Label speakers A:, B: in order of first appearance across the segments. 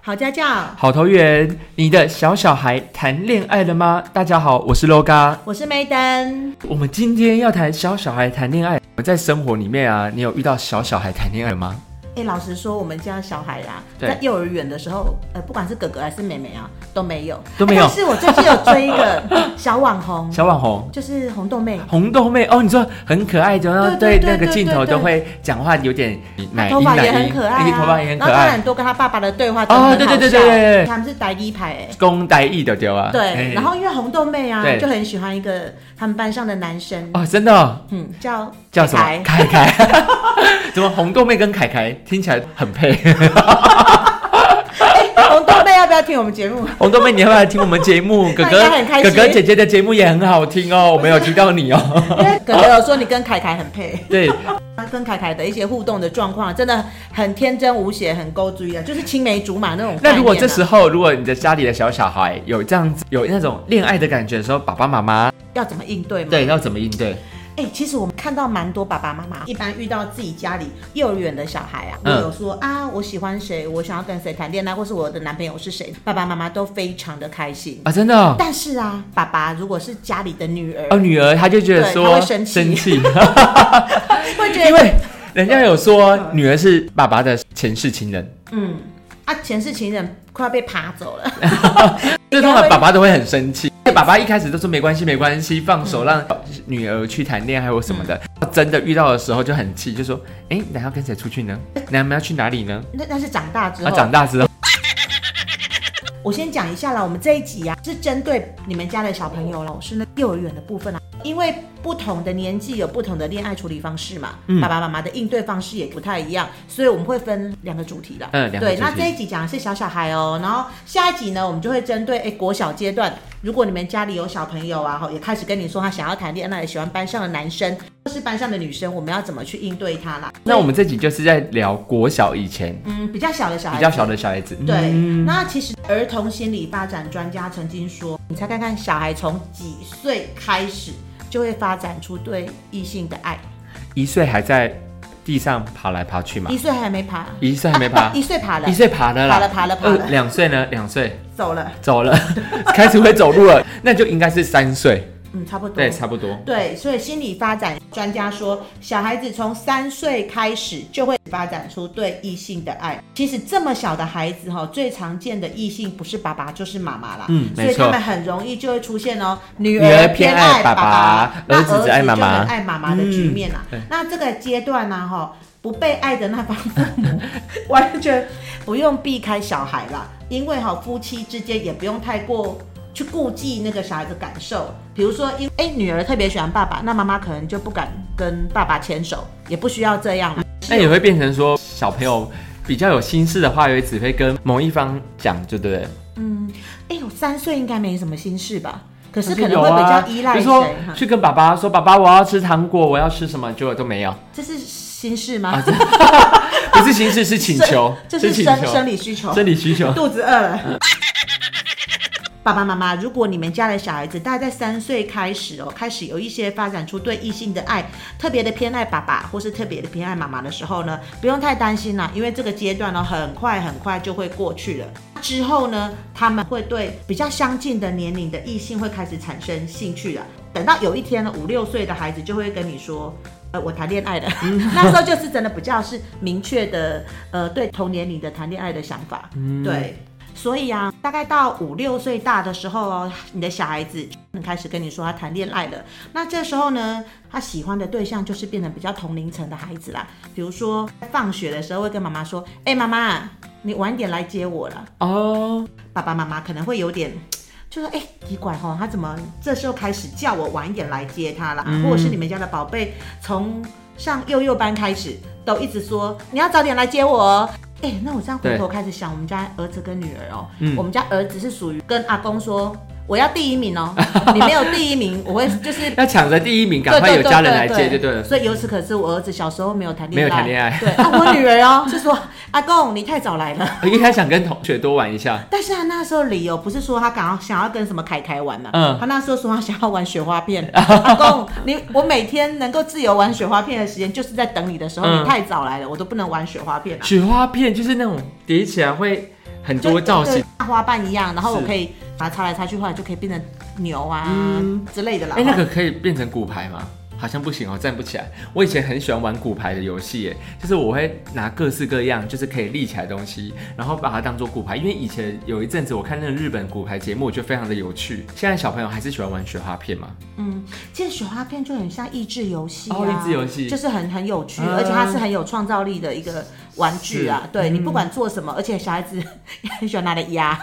A: 好家教，
B: 好投缘，你的小小孩谈恋爱了吗？大家好，我是 LOGA。
A: 我是梅登。
B: 我们今天要谈小小孩谈恋爱。我们在生活里面啊，你有遇到小小孩谈恋爱了吗？
A: 哎、老实说，我们家小孩啊，
B: 对
A: 在幼儿园的时候，呃，不管是哥哥还是妹妹啊，都没有
B: 都没有
A: 但是我最近有追一 个小网红，
B: 小网红。
A: 就是红豆妹，
B: 红豆妹哦，你说很可爱的，然后
A: 对对
B: 对
A: 对
B: 那个镜
A: 对对
B: 头都会讲话，有点奶
A: 头
B: 音
A: 发
B: 奶
A: 也很
B: 音，
A: 可爱、
B: 哎
A: 啊，
B: 头发也很可
A: 然后他
B: 爱，
A: 很多跟他爸爸的对话都
B: 哦
A: 很好笑，
B: 对对对对对对对
A: 他们是呆逼牌、欸。
B: 公呆意的丢啊。哎
A: 对，然后因为红豆妹啊，
B: 对
A: 就很喜欢一个他们班上的男生，
B: 哦，真的哦
A: 嗯，叫
B: 叫什
A: 凯
B: 么？
A: 凯
B: 凯凯， 怎么红豆妹跟凯凯听起来很配？
A: 红豆妹要不要听我们节 目？
B: 红豆妹，你要不要来听我们 节目？哥
A: 那应
B: 哥
A: 该很开，
B: 哥
A: 心
B: 哥姐姐的节目也很好听 哦，我没有提到你哦。
A: 因为哥哥有说你跟凯凯很配，
B: 对，
A: 他跟凯凯的一些互动的状况真的很天真无邪，很勾追啊，就是青梅竹马那种、啊
B: 那如果这时候，如果你的家里的小小孩有这样子有那种恋爱的感觉的时候，爸爸妈妈
A: 要怎么应对嘛？
B: 对要怎么应对？
A: 哎、其实我们看到蛮多爸爸妈妈，一般遇到自己家里幼儿园的小孩啊，我
B: 嗯
A: 有说、啊，我喜欢谁，我想要跟谁谈恋爱，或是我的男朋友是谁，爸爸妈妈都非常的开心。
B: 啊，真的哦，
A: 但是啊，爸爸如果是家里的女儿，
B: 哦女儿她就觉得
A: 对
B: 说
A: 她会生气
B: 生气，
A: 会觉得
B: 因为人家有说女儿是爸爸的前世情人，
A: 嗯啊，前世情人快要被爬走了，
B: 所以通常爸爸都会很生气。爸爸一开始都说没关系，没关系，放手让女儿去谈恋爱或什么
A: 嗯
B: 的。真的遇到的时候就很气，就说：“哎、你等下要跟谁出去呢？
A: 嗯
B: 你们要去哪里呢
A: 那那是长大？”之
B: 啊，
A: 后。
B: 长大之后，
A: 嗯我先讲一下啦，我们这一集啊是针对你们家的小朋友了，是那幼儿园的部分啊，因为不同的年纪有不同的恋爱处理方式嘛，
B: 嗯
A: 爸爸妈妈的应对方式也不太一样，所以我们会分两个主题啦。
B: 嗯两个
A: 对，
B: 主
A: 那
B: 题
A: 这一集讲的是小小孩哦，然后下一集呢，我们就会针对诶国小阶段，如果你们家里有小朋友啊，吼也开始跟你说他想要谈恋爱，喜欢班上的男生或是班上的女生，我们要怎么去应对他啦？
B: 那我们这集就是在聊国小以前
A: 嗯，比较小的小孩
B: 比
A: 子，
B: 较小的小孩子。
A: 对，
B: 嗯
A: 那其实儿童心理发展专家曾经说，你猜看看小孩从几岁开始就会发展出对异性的爱？
B: 一岁还在地上爬来爬去嘛
A: 一，岁还没爬，
B: 一岁还没
A: 啊
B: 爬
A: 不，一岁爬了
B: 一，岁爬了嗯
A: 爬了
B: 啦，
A: 爬了爬
B: 呃，
A: 了，
B: 两岁呢？两岁
A: 走了，
B: 走了， 开始会走路了，那就应该是三岁，
A: 嗯，差不多
B: 对，。差不多。
A: 对，所以心理发展专家说，小孩子从三岁开始就会发展出对异性的爱。其实这么小的孩子哈、最常见的异性不是爸爸就是妈妈啦，
B: 嗯
A: 所以
B: 没错
A: 他们很容易就会出现哦，女
B: 女
A: 儿
B: 儿
A: 偏
B: 偏
A: 爱
B: 爱
A: 爸
B: 爸
A: 爸
B: 爸，
A: 那
B: 儿子只爱妈
A: 就
B: 妈
A: 很爱妈妈的局面啦、
B: 嗯对
A: 那这个阶段呢、哈、不被爱的那方父 母完全不用避开小孩啦，因为哈、夫妻之间也不用太过去顾忌那个小孩的感受。比如说，因哎、女儿特别喜欢爸爸，那妈妈可能就不敢跟爸爸牵手，也不需要这样嘛。
B: 那也会变成说小朋友比较有心事的话，也只会跟某一方讲，就对不对？
A: 哎、呦，三岁应该没什么心事吧？啊可是
B: 可
A: 可能会比较依赖
B: 啊比
A: 谁
B: 如说
A: 哈？
B: 去跟爸爸说，爸爸我要吃糖果，我要吃什么，结果都没 有，
A: 这是心事吗？
B: 啊这不是形式是请求，
A: 这是
B: 请
A: 生生
B: 求，
A: 理需求。
B: 生 理需求。
A: 肚子饿了。爸爸妈妈，如果你们家的小孩子大概在三岁开始哦，开始有一些发展出对异性的爱，特别的偏爱爸爸或是特别的偏爱妈妈的时候呢，不用太担心啦，因为这个阶段呢、哦很快很快就会过去了。之后呢，他们会对比较相近的年龄的异性会开始产生兴趣了。等到有一天呢，五六岁的孩子就会跟你说。呃，我谈恋爱了，那时候就是真的比较是明确的，呃，对同年龄的谈恋爱的想法，对，所以啊，大概到五六岁大的时候哦，你的小孩子就开始跟你说他谈恋爱了。那这时候呢，他喜欢的对象就是变成比较同龄层的孩子啦。比如说，放学的时候会跟妈妈说：“哎、妈妈，你晚点来接我了。
B: 哦，”
A: 爸爸妈妈可能会有点。就说哎，奇怪哈、哦，他怎么这时候开始叫我晚一点来接他啦？
B: 嗯
A: 或者是你们家的宝贝从上幼幼班开始都一直说你要早点来接我哦。哎，那我这样回头开始想，我们家儿子跟女儿哦，
B: 嗯
A: 我们家儿子是属于跟阿公说我要第一名 哦，你没有第一名，我会就是
B: 要抢着第一名，赶快有家人来接，就对了。
A: 所以由此可知，我儿子小时候没有谈恋爱，
B: 没有谈恋爱
A: 对，啊，我女儿哦，就说阿公你太早来了。
B: 我一开始想跟同学多玩一下，
A: 但是他那时候理由不是说他想要想要跟什么凯凯玩嘛，
B: 嗯
A: 他那时候说他想要玩雪花 片。阿公，你我每天能够自由玩雪花片的时间，就是在等你的时候，
B: 嗯
A: 啊你太早来了，我都不能玩雪花片了、
B: 雪花片就是那种叠起来会很多造型。
A: 大花瓣一样，然后我
B: 是
A: 可以把它擦来擦去，后来就可以变成牛啊、
B: 嗯
A: 之类的啦。哦
B: 哎、那个可以变成骨牌吗？好像不行哦，站不起来。我以前很喜欢玩骨牌的游戏，耶，就是我会拿各式各样，就是可以立起来的东西，然后把它当做骨牌。因为以前有一阵子我看那个日本骨牌节目，我觉得非常的有趣。现在小朋友还是喜欢玩雪 花片嘛？
A: 嗯，其实雪花片就很像益智游戏啊，
B: 哦益智游戏
A: 就是很很有趣，
B: 嗯
A: 而且它是很有创造力的一个玩具啊
B: 是。
A: 对你不管做什么，而且小孩子 也很喜欢拿来 压，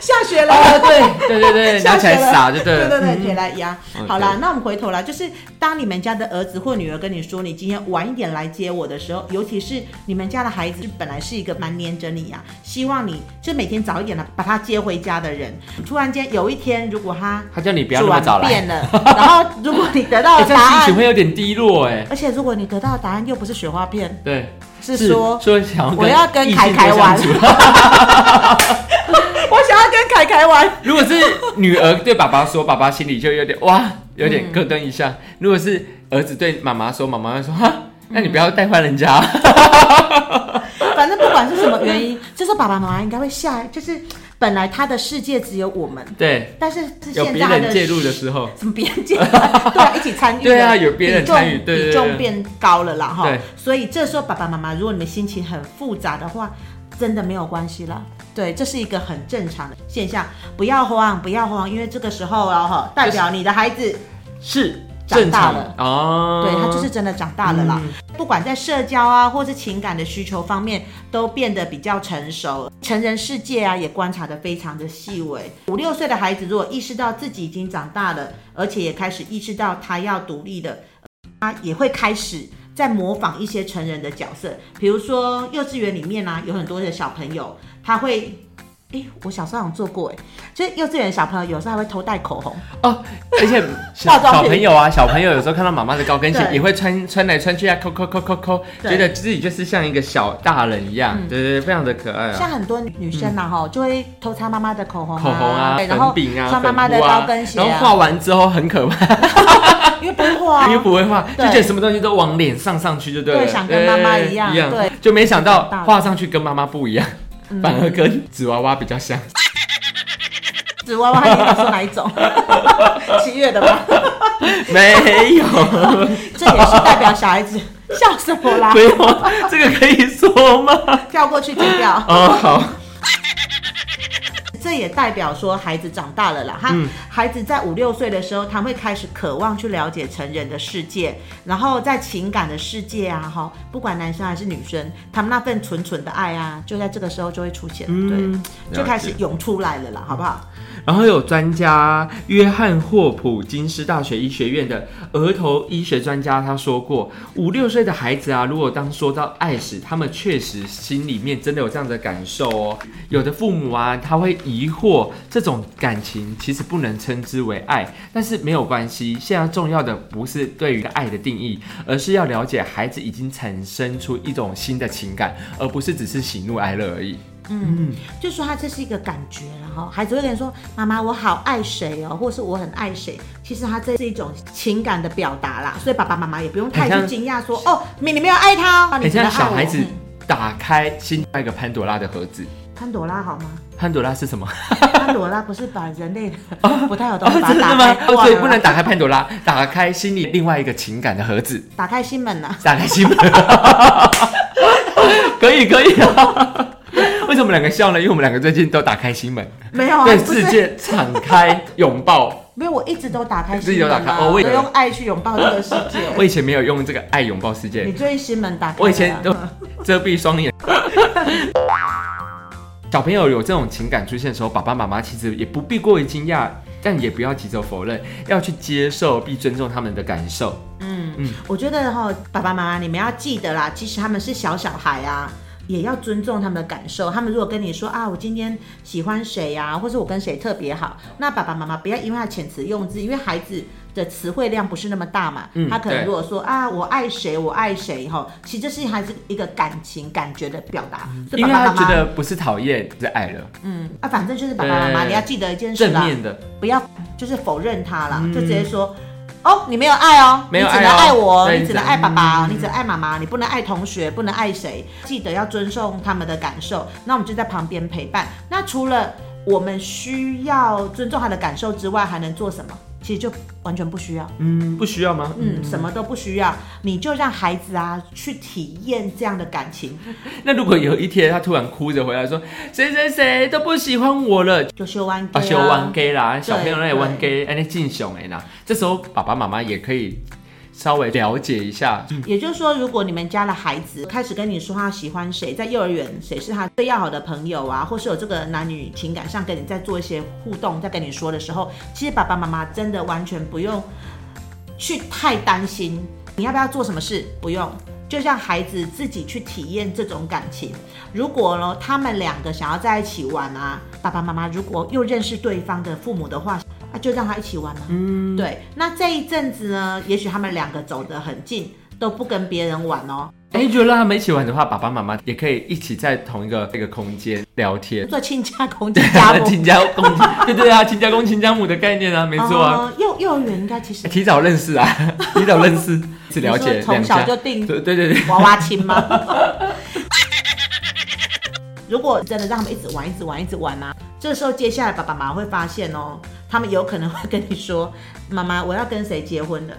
A: 下雪了。
B: 对对对对，拿起来撒就对
A: 对
B: 了。
A: 对对，
B: 嗯
A: 可以来压。
B: 嗯
A: 好啦
B: 对，
A: 那我们回头来，就是当你们家的儿子或女儿跟你说你今天晚一点来接我的时候，尤其是你们家的孩子本来是一个蛮黏着你呀、希望你就每天早一点来把他接回家的人，突然间有一天如果他
B: 他叫你不要
A: 煮
B: 那么
A: 完
B: 早来，
A: 变了，然后如果你得到
B: 哎、
A: 的
B: 这
A: 答
B: 样心
A: 案，
B: 情会有点低落哎。
A: 而且如果你得到的答案又不是雪花片，
B: 对，
A: 是说
B: 说想要跟
A: 我要跟
B: 异性
A: 凯凯
B: 多相处
A: 我想要跟凯凯玩，
B: 如果是女儿对爸爸说，爸爸心里就有点哇，有点咯噔一下；如果是儿子对妈妈说，妈妈会说哈，那你不要带坏人家。
A: 嗯反正不管是什么原因，就是爸爸妈妈应该会吓，就是本来他的世界只有我们。
B: 对，
A: 但是是
B: 有
A: 现
B: 别
A: 在
B: 人
A: 的
B: 介入 的时候，
A: 什么别 人介入，对啊，一起参与的，
B: 对啊有别人参与对对
A: 比
B: 对
A: 重比重变高了啦哈
B: 对。
A: 所以这时候爸爸妈妈，如果你们心情很复杂的话，真的没有关系啦。对，这是一个很正常的现象，不要慌，不要慌，因为这个时候啊哈，代表你的孩子
B: 是
A: 长
B: 正
A: 大
B: 常
A: 了
B: 哦。
A: 对他就是真的长大了啦。
B: 嗯
A: 不管在社交啊，或是情感的需求方面，都变得比较成熟。成人世界啊，也观察得非常的细微。五六岁的孩子如果意识到自己已经长大了，而且也开始意识到他要独立了，他也会开始。在模仿一些成人的角色，比如说幼稚园里面呢、啊，有很多的小朋友，他会，诶，我小时候好像做过，诶，就是幼稚园小朋友有时候还会偷带口红，
B: 哦，而且
A: 化
B: 小
A: 妆
B: 小
A: 品
B: 朋友啊，小朋友有时候看到妈妈的高跟鞋，
A: 对
B: 也会穿穿来穿去啊，抠抠抠抠抠，
A: 对嗯
B: 觉得自己就是像一个小大人一样，对对对，非常的可爱啊。
A: 像很多女生呐、啊，哈、就会偷擦妈妈的口红、啊，
B: 嗯口红啊，
A: 对，然后
B: 粉饼啊，
A: 穿妈妈的
B: 粉扑啊
A: 高跟鞋、啊，
B: 然后画完之后很可怕。
A: 因为不会啊画、
B: 因为不会画，就
A: 哦对
B: 觉得什么东西都往脸上上去就对了，哎
A: 对想跟妈妈一样
B: 一样
A: 对，嗯
B: 就没想到
A: 长大了
B: 画上去跟妈妈不一样，反而跟纸娃娃比较像。
A: 纸娃娃，你想说哪一 种？七月的吧，
B: 没有，
A: 这也是代表小孩子。笑什么啦
B: 不？用，这个可以说吗？
A: 跳过去剪掉。
B: 哦，好，
A: 这也代表说孩子长大了啦，哈，
B: 嗯
A: 孩子在五六岁的时候，他会开始渴望去了解成人的世界，然后在情感的世界啊，哈，不管男生还是女生，他们那份纯纯的爱啊，就在这个时候就会出现，
B: 嗯
A: 对，就开始
B: 了
A: 涌出来了啦，好不好？
B: 然后有专家约翰霍普金斯大学医学院的儿童医学专家他说过，五六岁的孩子啊，如果当说到爱时，他们确实心里面真的有这样的感受哦。有的父母啊，他会疑惑这种感情其实不能称之为爱，但是没有关系。现在重要的不是对于爱的定义，而是要了解孩子已经产生出一种新的情感，而不是只是喜怒哀乐而已。
A: 就说他这是一个感觉啦，然后孩子会跟你说：“妈妈，我好爱谁哦，或是我很爱谁。”其实他这是一种情感的表达啦，所以爸爸妈妈也不用太
B: 很
A: 去
B: 像
A: 惊讶说：“哦，你你没有爱他哦，你只
B: 很
A: 是爱
B: 像哎小
A: 我
B: 孩子
A: 嗯
B: 打开新那个潘朵拉的盒子。
A: 潘朵拉好吗？
B: 潘朵拉是什么？
A: 潘朵拉不是把人类的不太好的东西把它
B: 真的
A: 打
B: 吗
A: 开？
B: 哦，
A: 哇
B: 所以不能打开潘朵拉，打开心里另外一个情感的盒子，
A: 打开心门啊 呐。
B: 打开心门。 可以可以啊。为什么我们两个笑呢？因为我们两个最近都打开心门，
A: 没有啊，
B: 对
A: 不是
B: 世界敞开拥抱。
A: 没有，我一直都打开
B: 自己
A: 心
B: 都
A: 门啊，
B: 打开哦我以
A: 都
B: 为
A: 用爱去拥抱这个世
B: 我
A: 界。
B: 以前没有用这个爱拥抱世界
A: 你，最近心门打开了啊，
B: 我以前都遮蔽双眼。 小朋友有这种情感出现的时候，爸爸妈妈其实也不必过于惊讶，但也不要急着否认，要去接受并尊重他们的感受。
A: 我觉得哈、爸爸妈妈你们要记得啦，其实他们是小小孩啊，也要尊重他们的感受。他们如果跟你说啊，我今天喜欢谁呀、啊，或是我跟谁特别好，那爸爸妈妈不要因为他遣词用字，因为孩子的词汇量不是那么大嘛，
B: 嗯
A: 他可能
B: 对
A: 如果说啊，我爱谁，我爱谁哈，其实这是还是一个感情感觉的表达，所以
B: 嗯因
A: 爸
B: 为
A: 爸
B: 他
A: 妈妈
B: 觉得不是讨厌，是爱了，
A: 嗯啊，反正就是爸爸妈妈
B: 对
A: 你要记得一件事
B: 呃正
A: 啦，
B: 面的。
A: 不要就是否认他啦，
B: 嗯
A: 就直接说。哦，你没有爱哦，
B: 没有
A: 你只
B: 爱
A: 能
B: 哦
A: 爱我，
B: 对
A: 你只
B: 你
A: 能
B: 只嗯
A: 爱爸爸哦，你只能爱妈妈，你不能爱同学，不能爱谁。记得要尊重他们的感受，那我们就在旁边陪伴。那除了我们需要尊重他的感受之外，还能做什么？其实就完全不需要，
B: 嗯，不需要吗？
A: 嗯，什么都不需要，你就让孩子啊去体验这样的感情，
B: 那如果有一天他突然哭着回来说，谁谁谁都不喜欢我了，
A: 就修完
B: 啊，小玩 gay 啦，小朋友那也
A: 对
B: 玩 gay，哎，那进熊哎啦，这时候爸爸妈妈也可以稍微了解一下，
A: 也就是说，如果你们家的孩子开始跟你说他喜欢谁，在幼儿园谁是他最要好的朋友啊，或是有这个男女情感上跟你在做一些互动，在跟你说的时候，其实爸爸妈妈真的完全不用去太担心你要不要做什么事，不用。就让孩子自己去体验这种感情。如果呢，他们两个想要在一起玩啊，爸爸妈妈如果又认识对方的父母的话，啊，就让他一起玩嘛、嗯，对。那这一阵子呢，也许他们两个走得很近，都不跟别人玩哦。
B: 哎，如果让他们一起玩的话，爸爸妈妈也可以一起在同一个这个空间聊天。
A: 做亲家公、亲 家母，
B: 亲家公，对对啊，亲家公、亲家母的概念啊，没错啊，
A: 哦幼幼儿园应该 其实
B: 提早认识啊， 提早认识，是了
A: 你
B: 解
A: 说从
B: 两
A: 小
B: 家，
A: 就定
B: 对对对对，
A: 娃娃亲吗？ 如果真的让他们一直玩、一直玩、一直玩啊，这时候接下来爸爸妈妈会发现哦，他们有可能会跟你说：“ 妈妈，我要跟谁结婚了。”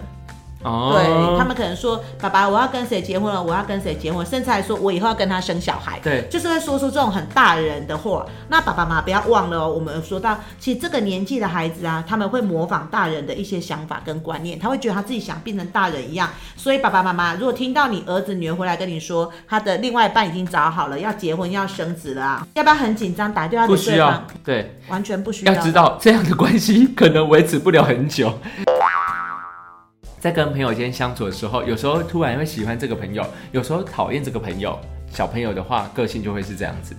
B: 哦
A: 对他们可能说：“爸爸，我要跟谁结婚了？我要跟谁结婚？”甚至还说：“我以后要跟他生小孩。”
B: 对
A: 就是会说出这种很大人的话。那爸爸妈妈不要忘了哦，我们有说到，其实这个年纪的孩子啊，他们会模仿大人的一些想法跟观念，他会觉得他自己想变成大人一样。所以爸爸妈妈如果听到你儿子女儿回来跟你说，他的另外一半已经找好了，要结婚要生子了啊，要不要很紧张打电话给
B: 不需
A: 对
B: 要
A: 方？，
B: 对，
A: 完全不需
B: 要知道这样的关系可能维持不了很久。在跟朋友间相处的时候，有时候突然会喜欢这个朋友，有时候讨厌这个朋友。小朋友的话，个性就会是这样子。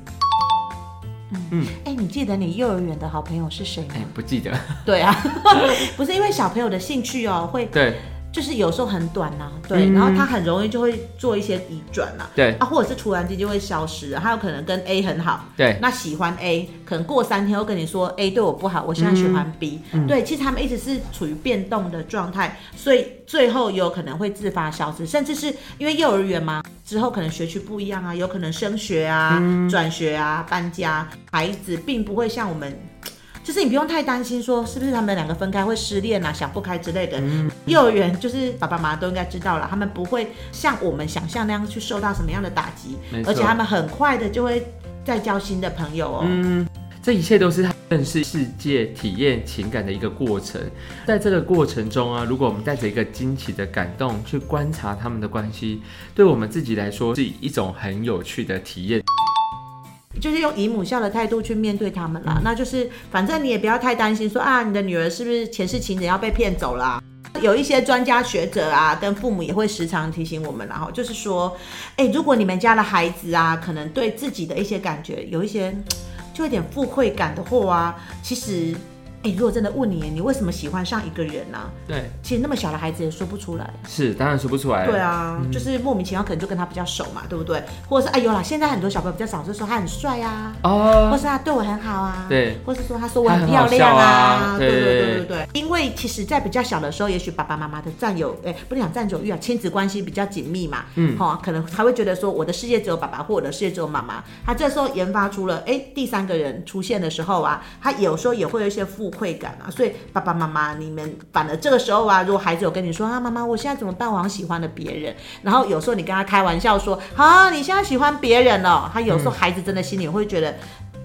A: 哎、你记得你幼儿园的好朋友是谁吗
B: 哎？，不记得。
A: 对啊， 不是因为小朋友的兴趣哦，会
B: 对
A: 就是有时候很短呐、对，
B: 嗯
A: 然后他很容易就会做一些移转呐、
B: 对
A: 啊，或者是突然间就会消失了，他有可能跟 A 很好，
B: 对，
A: 那喜欢 A，可能过三天又跟你说 A 对我不好，我现在喜欢 B，、对，其实他们一直是处于变动的状态，所以最后有可能会自发消失，甚至是因为幼儿园嘛，之后可能学区不一样啊，有可能升学啊、转学啊、搬家，孩子并不会像我们。就是你不用太担心，说是不是他们两个分开会失恋啊、想不开之类的。幼儿园就是爸爸妈妈都应该知道了，他们不会像我们想象那样去受到什么样的打击
B: 没，错
A: 而且他们很快的就会再交新的朋友哦。
B: 嗯，这一切都是他认识世界、体验情感的一个过程。在这个过程中啊，如果我们带着一个惊奇的感动去观察他们的关系，对我们自己来说是一种很有趣的体验。
A: 就是用姨母笑的态度去面对他们
B: 嗯
A: 啦。那就是反正你也不要太担心说啊，你的女儿是不是前世情人要被骗走啦、有一些专家学者啊，跟父母也会时常提醒我们啦，然后就是说，哎、如果你们家的孩子啊，可能对自己的一些感觉有一些，就有点负愧感的话啊，其实，哎、如果真的问你，你为什么喜欢上一个人呢、啊？
B: 对，
A: 其实那么小的孩子也说不出来。
B: 是当然说不出来。
A: 对啊，就是莫名其妙，可能就跟他比较熟嘛，对不对？或者是哎呦啦，现在很多小朋友比较少，就说他很帅啊，或
B: 哦，
A: 是他对我很好啊，
B: 对，
A: 或是说他说我很
B: 他很
A: 漂
B: 好
A: 亮
B: 笑啊
A: 对对对
B: 对
A: 对对，因为其实，在比较小的时候，也许爸爸妈妈的占有，哎、不能讲占有欲啊，亲子关系比较紧密嘛，嗯，哈、可能他会觉得说我的世界只有爸爸，或我的世界只有妈妈。他这时候研发出了，哎、第三个人出现的时候啊，他有时候也会有一些负愧感啊，所以爸爸妈妈，你们反而这个时候啊，如果孩子有跟你说啊，妈妈，我现在怎么办？我好像喜欢了别人，然后有时候你跟他开玩笑说，啊，你现在喜欢别人了、他有时候孩子真的心里会觉得。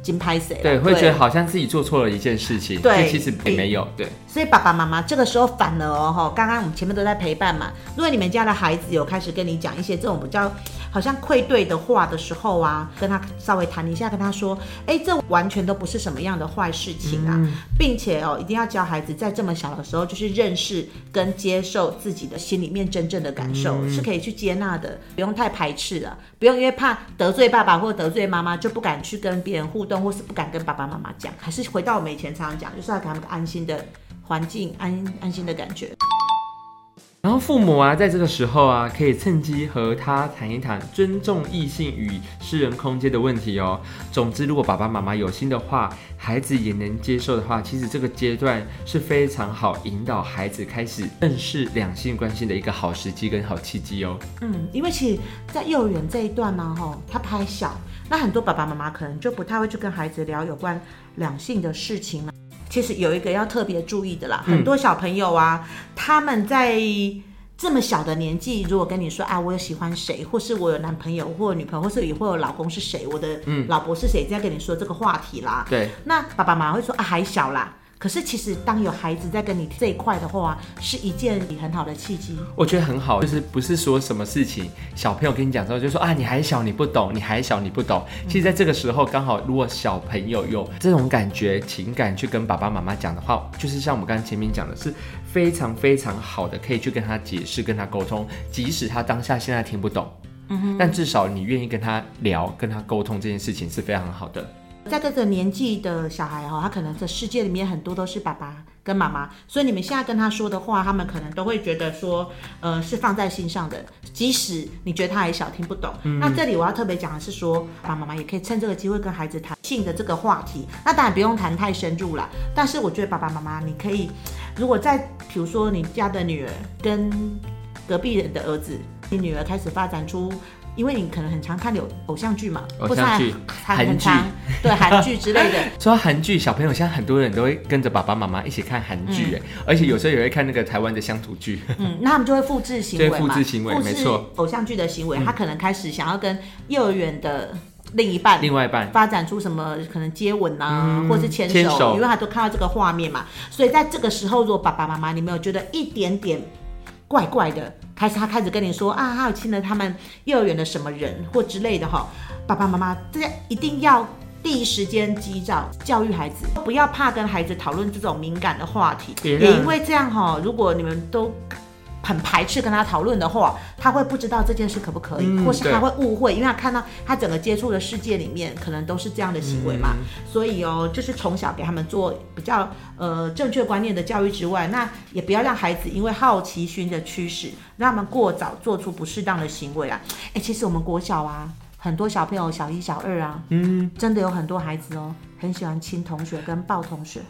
A: 金拍谁了？
B: 对，会觉得好像自己做错了一件事情，
A: 对
B: 但其实也没有。对，
A: 所以爸爸妈妈这个时候反而哦，哈刚刚我们前面都在陪伴嘛。如果你们家的孩子有开始跟你讲一些这种比较好像愧对的话的时候啊，跟他稍微谈一下，跟他说，哎，这完全都不是什么样的坏事情啊，并且哦，一定要教孩子在这么小的时候就是认识跟接受自己的心里面真正的感受，是可以去接纳的，不用太排斥了，不用因为怕得罪爸爸或得罪妈妈就不敢去跟别人互动，或是不敢跟爸爸妈妈讲，还是回到我们以前常常讲，就是要给他们个安心的。环境安安心的感觉。
B: 然后父母啊，在这个时候啊，可以趁机和他谈一谈尊重异性与私人空间的问题哦。总之，如果爸爸妈妈有心的话，孩子也能接受的话，其实这个阶段是非常好引导孩子开始认识两性关系的一个好时机跟好契机哦。
A: 嗯，因为其实，在幼儿园这一段嘛，吼，他还小，那很多爸爸妈妈可能就不太会去跟孩子聊有关两性的事情了。其实有一个要特别注意的啦，
B: 嗯
A: 很多小朋友啊，他们在这么小的年纪，如果跟你说啊，我有喜欢谁，或是我有男朋友或有女朋友，或是以后有老公是谁，我的
B: 嗯
A: 老婆是谁，在跟你说这个话题啦，
B: 对，
A: 那爸爸妈妈会说啊还小啦。可是其实当有孩子在跟你这一块的话，是一件很好的契机。
B: 我觉得很好，就是不是说什么事情小朋友跟你讲之后就说啊你还小你不懂，你还小你不懂。其实在这个时候刚好，如果小朋友有这种感觉情感去跟爸爸妈妈讲的话，就是像我们刚才前面讲的是非常非常好的，可以去跟他解释、跟他沟通，即使他当下现在听不懂。但至少你愿意跟他聊、跟他沟通这件事情是非常好的。
A: 在这个年纪的小孩哈、哦，他可能这世界里面很多都是爸爸跟妈妈，所以你们现在跟他说的话，他们可能都会觉得说，呃，是放在心上的。即使你觉得他还小，听不懂，
B: 嗯
A: 那这里我要特别讲的是说，爸爸妈妈也可以趁这个机会跟孩子谈性的这个话题。那当然不用谈太深入啦，但是我觉得爸爸妈妈你可以，如果在比如说你家的女儿跟隔壁人的儿子，你女儿开始发展出。因为你可能很常看有偶像剧嘛，
B: 偶
A: 不是
B: 像
A: 很
B: 剧
A: 很
B: 韩
A: 很
B: 剧
A: 常对韩剧之类的，
B: 说到韩剧，小朋友现在很多人都会跟着爸爸妈妈一起看韩剧，哎、而且有时候也会看那个台湾的乡土剧。
A: 嗯，那他们就会复制行为嘛，
B: 就会复制行为
A: 复制
B: 没错嗯
A: 偶像剧的行为，他可能开始想要跟幼儿园的另一半
B: 另外一半，
A: 发展出什么可能接吻啊，
B: 嗯
A: 或是牵手，
B: 牵手
A: 因为他都看到这个画面嘛。所以在这个时候，如果爸爸妈妈你没有觉得一点点怪怪的，开始他开始跟你说啊，他有亲了他们幼儿园的什么人或之类的哈，爸爸妈妈这一定要。第一时间及早教育孩子，不要怕跟孩子讨论这种敏感的话题。
B: 别
A: 也
B: 让
A: 因为这样哈、如果你们都很排斥跟他讨论的话，他会不知道这件事可不可以，
B: 嗯
A: 或是
B: 对
A: 他会误会，因为他看到他整个接触的世界里面可能都是这样的行为嘛，
B: 嗯
A: 所以哦，就是从小给他们做比较呃正确观念的教育之外，那也不要让孩子因为好奇心的驱使，让他们过早做出不适当的行为啊。哎，其实我们国小啊，很多小朋友小一、小二啊，
B: 嗯，
A: 真的有很多孩子哦，很喜欢亲同学跟抱同学。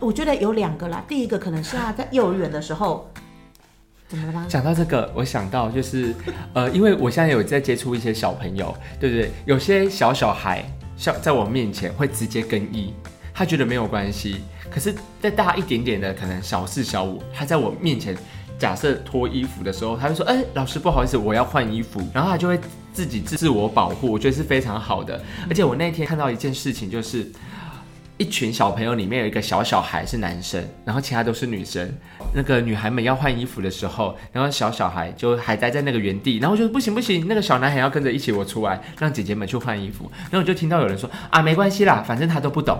A: 我觉得有两个啦，第一个可能是他在幼儿园的时候，怎么了吗？
B: 讲到这个，我想到就是， 呃，因为我现在有在接触一些小朋友，对不对？有些小小孩小在我面前会直接更衣，他觉得没有关系。可是再大一点点的，可能小四、小五，他在我面前假设脱衣服的时候，他就说：“哎、老师不好意思，我要换衣服。”然后他就会自己自自我保护，我觉得是非常好的。而且我那天看到一件事情，就是一群小朋友里面有一个小小孩是男生，然后其他都是女生。那个女孩们要换衣服的时候，然后小小孩就还待在那个原地，然后我就说不行不行，那个小男孩要跟着一起我出来，让姐姐们去换衣服。然后我就听到有人说啊，没关系啦，反正他都不懂。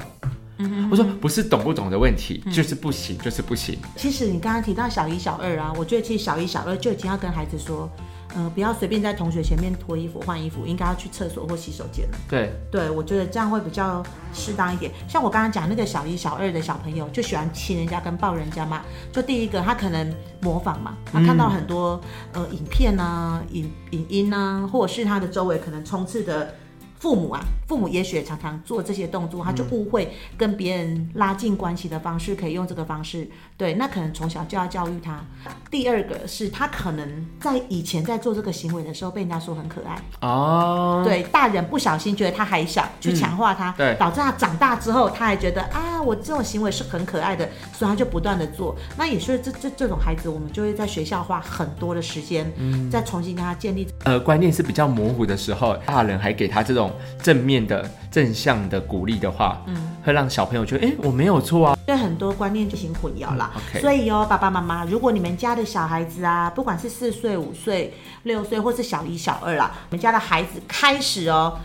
A: 嗯
B: 我说不是懂不懂的问题，就是不行，就是不行。
A: 其实你刚刚提到小一、小二啊，我觉得其实小一、小二就已经要跟孩子说，呃，不要随便在同学前面脱衣服、换衣服，应该要去厕所或洗手间了。
B: 对，
A: 对，我觉得这样会比较适当一点。像我刚刚讲那个小一、小二的小朋友，就喜欢亲人家跟抱人家嘛。就第一个，他可能模仿嘛，他看到很多、呃影片啊、影影音啊，或者是他的周围可能充斥着。父母啊，父母也许也常常做这些动作，他就误会跟别人拉近关系的方式，可以用这个方式。对，那可能从小就要教育他。第二个是他可能在以前在做这个行为的时候，被人家说很可爱，
B: 哦，
A: 对，大人不小心觉得他还小，去强化他，
B: 嗯对
A: 导致他长大之后，他还觉得啊，我这种行为是很可爱的，所以他就不断的做。那也是这这这种孩子，我们就会在学校花很多的时间，
B: 嗯
A: 再重新跟他建立
B: 呃，观念是比较模糊的时候，大人还给他这种正面的、正向的鼓励的话，嗯，会让小朋友觉得，哎、我没有错啊。
A: 对很多观念进行混淆啦。
B: 嗯，OK
A: 所以哦，爸爸妈妈，如果你们家的小孩子啊，不管是四岁、五岁、六岁，或是小一、小二啦，你们家的孩子开始哦，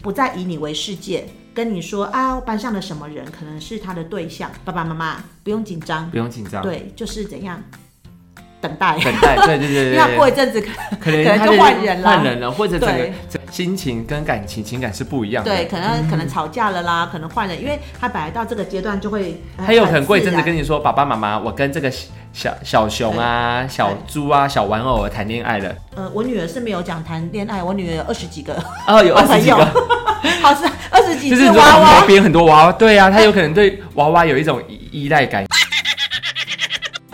A: 不再以你为世界。跟你说啊，班上的什么人可能是他的对象，爸爸妈妈不用紧张，
B: 不用紧张，
A: 对，就是怎样等待，
B: 等待，对对 对对
A: 因为他
B: 对，
A: 过一阵子可
B: 可能
A: 可能
B: 他
A: 就
B: 的
A: 换人啦
B: 换人了，或者整个
A: 对
B: 整个心情跟感情情感是不一样的。
A: 对，可能、
B: 嗯
A: 可能吵架了啦，可能换人，因为他本来到这个阶段就会，呃
B: 还有可能过一阵子
A: 很
B: 跟
A: 自然
B: 你说，爸爸妈妈，我跟这个小小小熊啊、小猪啊、小玩偶谈恋爱了。
A: 呃，我女儿是没有讲谈恋爱，我女儿有二十几个，
B: 哦，有二十几
A: 我
B: 个，
A: 朋友 好是二十几
B: 就是
A: 只
B: 你说
A: 娃
B: 旁
A: 娃，
B: 边很多娃娃，对啊，他有可能对娃娃有一种依依赖感。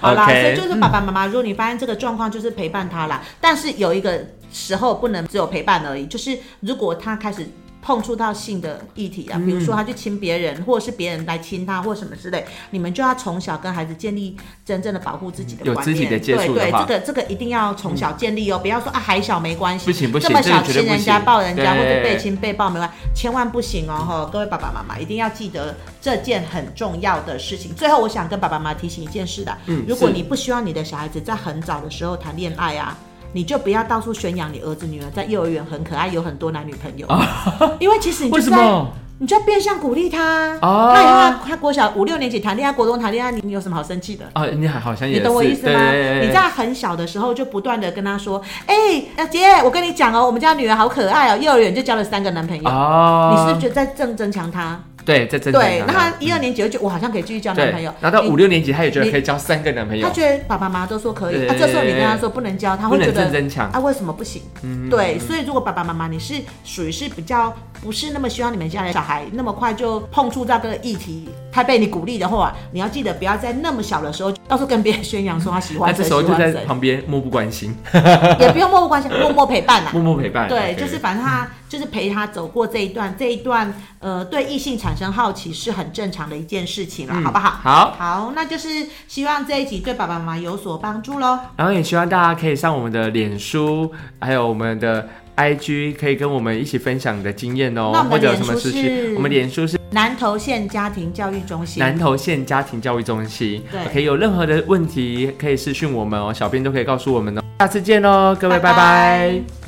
A: 好啦
B: OK，嗯
A: 所以就是爸爸妈妈，如果你发现这个状况，就是陪伴他啦。但是有一个时候不能只有陪伴而已，就是如果他开始。碰触到性的议题
B: 嗯
A: 啊，比如说他去亲别人，或者是别人来亲他，或什么之类，你们就要从小跟孩子建立真正的保护自己的
B: 嗯有
A: 观
B: 肢体
A: 念
B: 的接
A: 对
B: 触的
A: 对，
B: 话嗯
A: 这个这个一定要从小建立哦，不要说啊还小没关系，
B: 不行不行
A: 这么小
B: 这个绝对
A: 亲
B: 不
A: 人家
B: 行
A: 抱人家或者
B: 对
A: 被亲被抱没关系，千万不行哦！哈，各位爸爸妈妈一定要记得这件很重要的事情。最后，我想跟爸爸妈妈提醒一件事的，
B: 嗯
A: 如果
B: 是
A: 你不希望你的小孩子在很早的时候谈恋爱啊，你就不要到处宣扬你儿子女儿在幼儿园很可爱，有很多男女朋友，因为其实你就
B: 啊为什
A: 是在。
B: 么？
A: 你就变相鼓励他，
B: 哦
A: 那以后他他国小五六年级谈恋爱，国中谈恋爱，你你有什么好生气的？
B: 哦，你好好像也
A: 你
B: 是，
A: 懂我意思吗？
B: 对对对对
A: 你在很小的时候就不断的跟他说，哎、那姐，我跟你讲哦，我们家女儿好可爱哦，幼儿园就交了三个男朋友，你是不
B: 哦
A: 是，觉得在正增强她？
B: 对，在真的
A: 对，那她一二年级就觉得我好像可以继续交男朋友
B: 对，，然后到
A: 你
B: 五六年级，嗯他也觉得
A: 你
B: 可以交三个男朋友
A: 她，觉得爸爸妈妈都说可以，
B: 对
A: 那、这时候你跟她说不能交，她
B: 不
A: 会觉
B: 能正
A: 得
B: 增强。
A: 啊为什么不行？
B: 嗯
A: 对，所以如果爸爸妈妈你是属于是比较不是那么希望你们家的小孩那么快就碰触到这个议题，他被你鼓励的话，你要记得不要在那么小的时候到处跟别人宣扬说他喜
B: 那
A: 欢
B: 这
A: 谁，
B: 时候
A: 喜
B: 就
A: 欢
B: 在
A: 谁，
B: 旁边漠不关心，
A: 也不用默默关心，默默陪伴啦。啊
B: 默默陪伴。
A: 对，
B: OK
A: 就是反正他就是陪他走过这一段，这一段呃对异性产生好奇是很正常的一件事情了，
B: 嗯
A: 好不好？
B: 好。
A: 好，那就是希望这一集对爸爸妈妈有所帮助喽。
B: 然后也希望大家可以上我们的脸书，还有我们的 IG，可以跟我们一起分享你的经验哦
A: 那我们，的
B: 或者有什么
A: 脸书
B: 事情，
A: 是
B: 我们脸书是
A: 南投县家庭教育中心，
B: 南投县家庭教育中心
A: 对
B: ，OK，有任何的问题可以私讯我们哦，小编都可以告诉我们哦。下次见喽，各位，
A: 拜
B: 拜
A: 拜
B: 拜